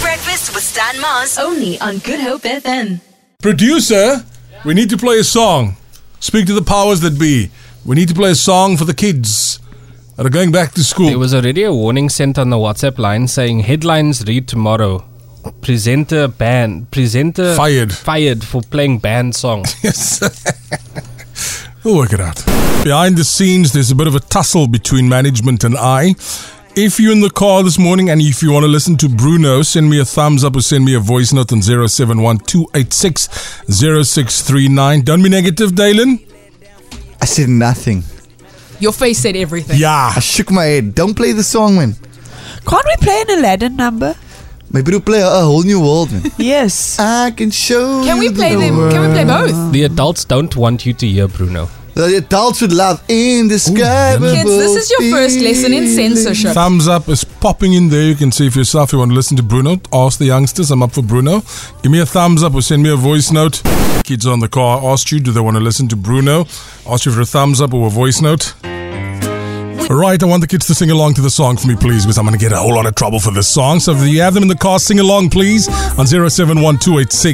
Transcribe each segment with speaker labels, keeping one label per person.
Speaker 1: Breakfast with Stan Mars.
Speaker 2: Only on Good Hope FM.
Speaker 3: Producer, we need to play a song. Speak to the powers that be. We need to play a song for the kids that are going back to school.
Speaker 4: There was already a warning sent on the WhatsApp line saying headlines read tomorrow. Presenter banned. Presenter
Speaker 3: Fired.
Speaker 4: Fired for playing banned song.
Speaker 3: We'll work it out. Behind the scenes, there's a bit of a tussle between management and I. If you're in the car this morning and if you want to listen to Bruno, send me a thumbs up or send me a voice note on 071 286 0639. Don't be negative, Dalen.
Speaker 5: I said nothing.
Speaker 6: Your face said everything.
Speaker 3: Yeah.
Speaker 5: I shook my head. Don't play the song, man.
Speaker 7: Can't we play an Aladdin number?
Speaker 5: Maybe we'll play a whole new world, man.
Speaker 7: Yes.
Speaker 5: I can show
Speaker 6: Can we
Speaker 5: you
Speaker 6: play
Speaker 5: the
Speaker 6: them?
Speaker 5: world.
Speaker 6: Can we play both?
Speaker 4: the adults don't want you to hear Bruno.
Speaker 5: The adults would love indescribable
Speaker 6: Kids, this is your first lesson in
Speaker 5: feelings.
Speaker 6: censorship.
Speaker 3: Thumbs up is popping in there. You can see for yourself. You want to listen to Bruno? Ask the youngsters. I'm up for Bruno. Give me a thumbs up or send me a voice note. Kids on the car asked you, do they want to listen to Bruno? Asked you for a thumbs up or a voice note. Right, I want the kids to sing along to the song for me, please, because I'm going to get a whole lot of trouble for this song. So if you have them in the car, sing along, please, on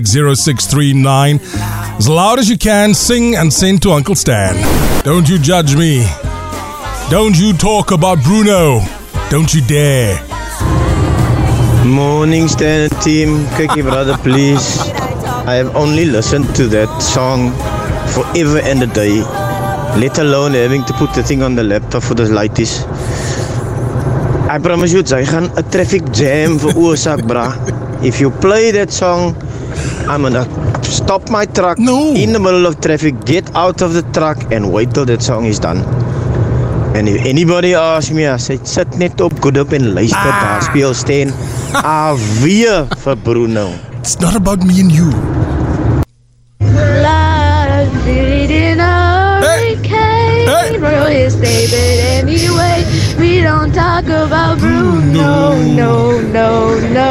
Speaker 3: 0712860639. As loud as you can, sing and send to Uncle Stan. Don't you judge me. Don't you talk about Bruno. Don't you dare.
Speaker 8: Morning, Standard Team. Kiki Brother, please. I have only listened to that song forever and a day, let alone having to put the thing on the laptop for the lighties. I promise you, I gaan a traffic jam veroorsaak, bra. If you play that song, I'm gonna stop my truck
Speaker 3: No.
Speaker 8: in the middle of traffic, get out of the truck, and wait till that song is done. And if anybody asks me, I say, sit net op, goed op en luister, daar speel Steen alweer vir Bruno.
Speaker 3: It's not about me and you. Hey. Hey.
Speaker 9: We don't talk about Bruno, no, no, no.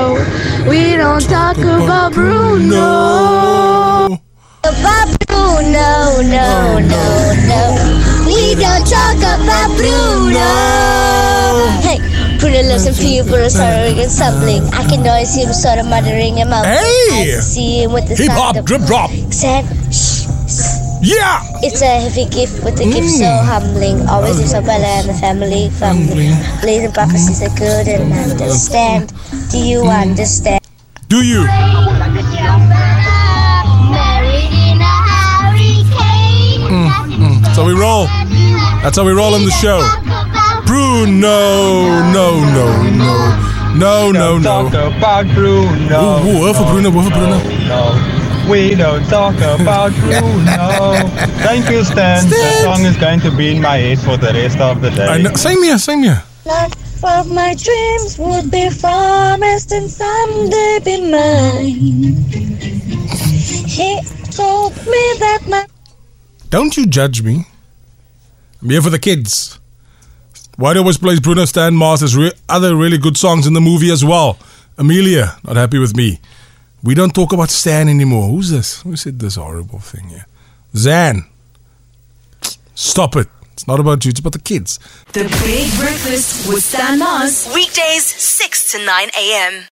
Speaker 9: We don't talk about Bruno. About Bruno, no, no, no. We don't talk about Bruno. Hey, Bruno lives in Peterborough, sorry, and something. I can always hear him sort of muttering him out.
Speaker 3: Hey!
Speaker 9: I see him with the
Speaker 3: Hip
Speaker 9: sound
Speaker 3: hop,
Speaker 9: of
Speaker 3: drip drop.
Speaker 9: Sad. Shh,
Speaker 3: Yeah!
Speaker 9: it's a heavy gift, but the gift's so
Speaker 3: Mm.
Speaker 9: humbling. Always gives a brother and the family. Family. Please, and prophecies are good and understand. Do you
Speaker 3: Mm.
Speaker 9: understand?
Speaker 3: Do you?
Speaker 9: Hmm.
Speaker 3: So Mm. we roll. That's how we roll on the show. Bruno, no, no, no. No, no, no.
Speaker 10: Talk about Bruno.
Speaker 3: Ooh, ooh, over Bruno, over Bruno.
Speaker 10: No, we don't talk about Bruno. Thank you, Stan. That song is going to be in my head for the rest of the day.
Speaker 3: I know. Same here, same here.
Speaker 9: Life of my dreams would be promised and someday be mine. He told me that my
Speaker 3: Don't you judge me. I'm here for the kids. White always plays Bruno Stan Mars. There's re- other really good songs in the movie as well. Amelia, not happy with me. We don't talk about Stan anymore. Who's this? Who said this horrible thing here? Zan. Stop it. It's not about you, it's about the kids.
Speaker 2: The Big Breakfast with Stan Mars.
Speaker 1: Weekdays, 6 to 9 a.m.